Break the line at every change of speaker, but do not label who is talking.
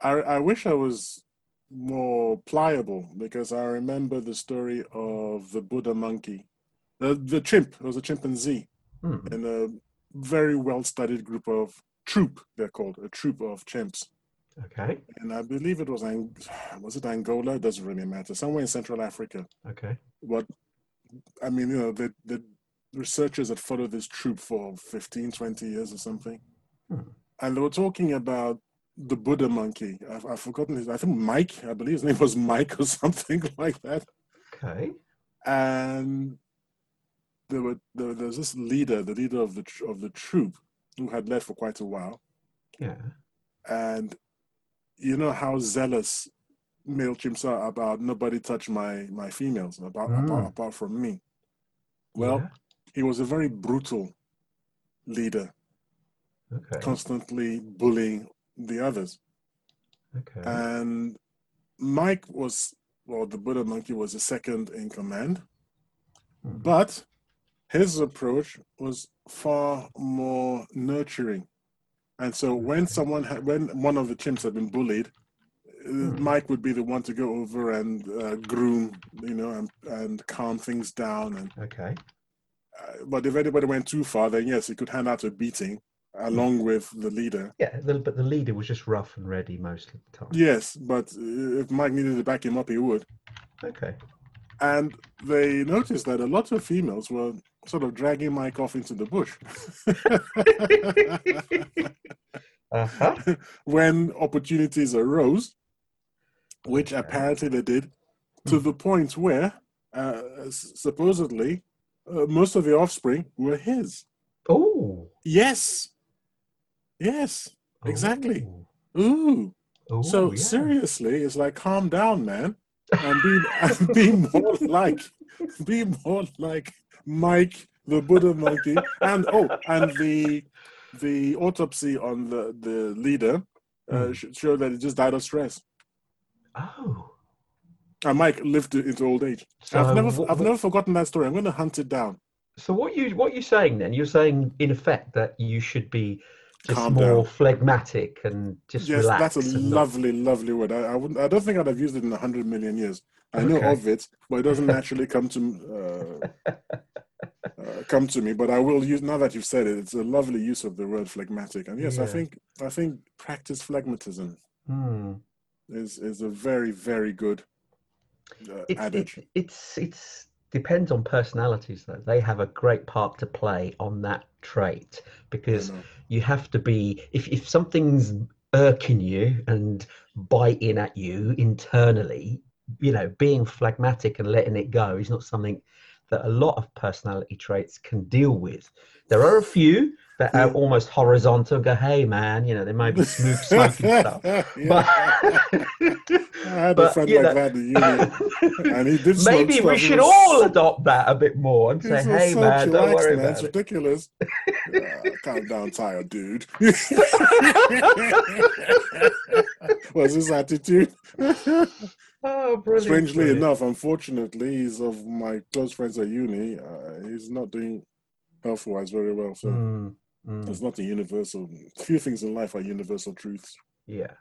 I I wish I was more pliable because I remember the story of the Buddha monkey, the the chimp. It was a chimpanzee
Hmm.
in a very well studied group of troop. They're called a troop of chimps,
Okay.
and I believe it was Ang- was it Angola? It doesn't really matter. Somewhere in Central Africa.
Okay.
What I mean, you know, the the researchers had followed this troop for 15, 20 years or something.
Hmm.
and they were talking about the Buddha monkey. I've, I've forgotten his. I think Mike. I believe his name was Mike or something like that.
Okay.
And there were there, there was this leader, the leader of the tr- of the troop, who had led for quite a while.
Yeah.
And you know how zealous male chimps are about nobody touch my my females about apart,
Mm.
apart from me. Well, he was a very brutal leader,
Yeah. Okay.
constantly bullying the others.
Okay.
uh, and Mike was, well, the Buddha monkey was the second in command,
Hmm.
but his approach was far more nurturing. And so when
Okay.
someone, had, when one of the chimps had been bullied, uh,
Hmm.
Mike would be the one to go over and uh, groom, you know, and, and calm things down. And
Okay.
uh, but if anybody went too far, then yes, he could hand out a beating
Hmm.
along with the leader.
Yeah, the, but the leader was just rough and ready most of the time.
Yes, but uh, if Mike needed to back him up, he would.
Okay.
and they noticed that a lot of females were sort of dragging Mike off into the bush
Uh-huh.
when opportunities arose, which
Okay.
apparently they did, to
Hmm.
the point where uh, s- supposedly uh, most of the offspring were his.
Oh.
Yes, yes, Exactly.
Oh.
ooh.
Oh,
so
yeah.
seriously, it's like calm down, man, and be and be more like be more like Mike the Buddha monkey. And oh, and the the autopsy on the the leader uh,
Hmm.
sh- showed that he just died of stress.
Oh.
And Mike lived to, into old age.
So
I've never
what-
I've
what-
never forgotten that story. I'm going to hunt it down.
So what you what you're saying then? You're saying in effect that you should be just
Calm
more phlegmatic and just
yes,
relax.
that's a
and not-
lovely, lovely word. I, I wouldn't. I don't think I'd have used it in a hundred million years. I know
Okay.
of it, but it doesn't naturally come to uh, uh, come to me. But I will use now that you've said it. It's a lovely use of the word phlegmatic, and yes, I
Yeah.
think I think practice phlegmatism
Hmm.
is is a very, very good uh,
It's,
adage.
it's it's it's depends on personalities though. They have a great part to play on that trait
you
because
know.
you have to be if if something's irking you and biting at you internally you know being phlegmatic and letting it go is not something that a lot of personality traits can deal with there are a few that are
Yeah.
almost horizontal go hey man you know they might be smooth smoking stuff
Yeah.
but,
I had a
but,
friend
you
like
know,
that in uni, and he did. smoke
maybe
stuff.
we
He
should
was
all adopt that a bit more and say
It's
hey
so
man don't
chillax,
worry
man. It's
about it
ridiculous. uh, calm down, tired dude. Was his attitude?
oh brilliant
Strangely
brilliant.
enough, unfortunately, he's of my close friends at uni. Uh, he's not doing health wise very well. So
Mm, mm.
it's not a universal. Few things in life are universal truths.
Yeah,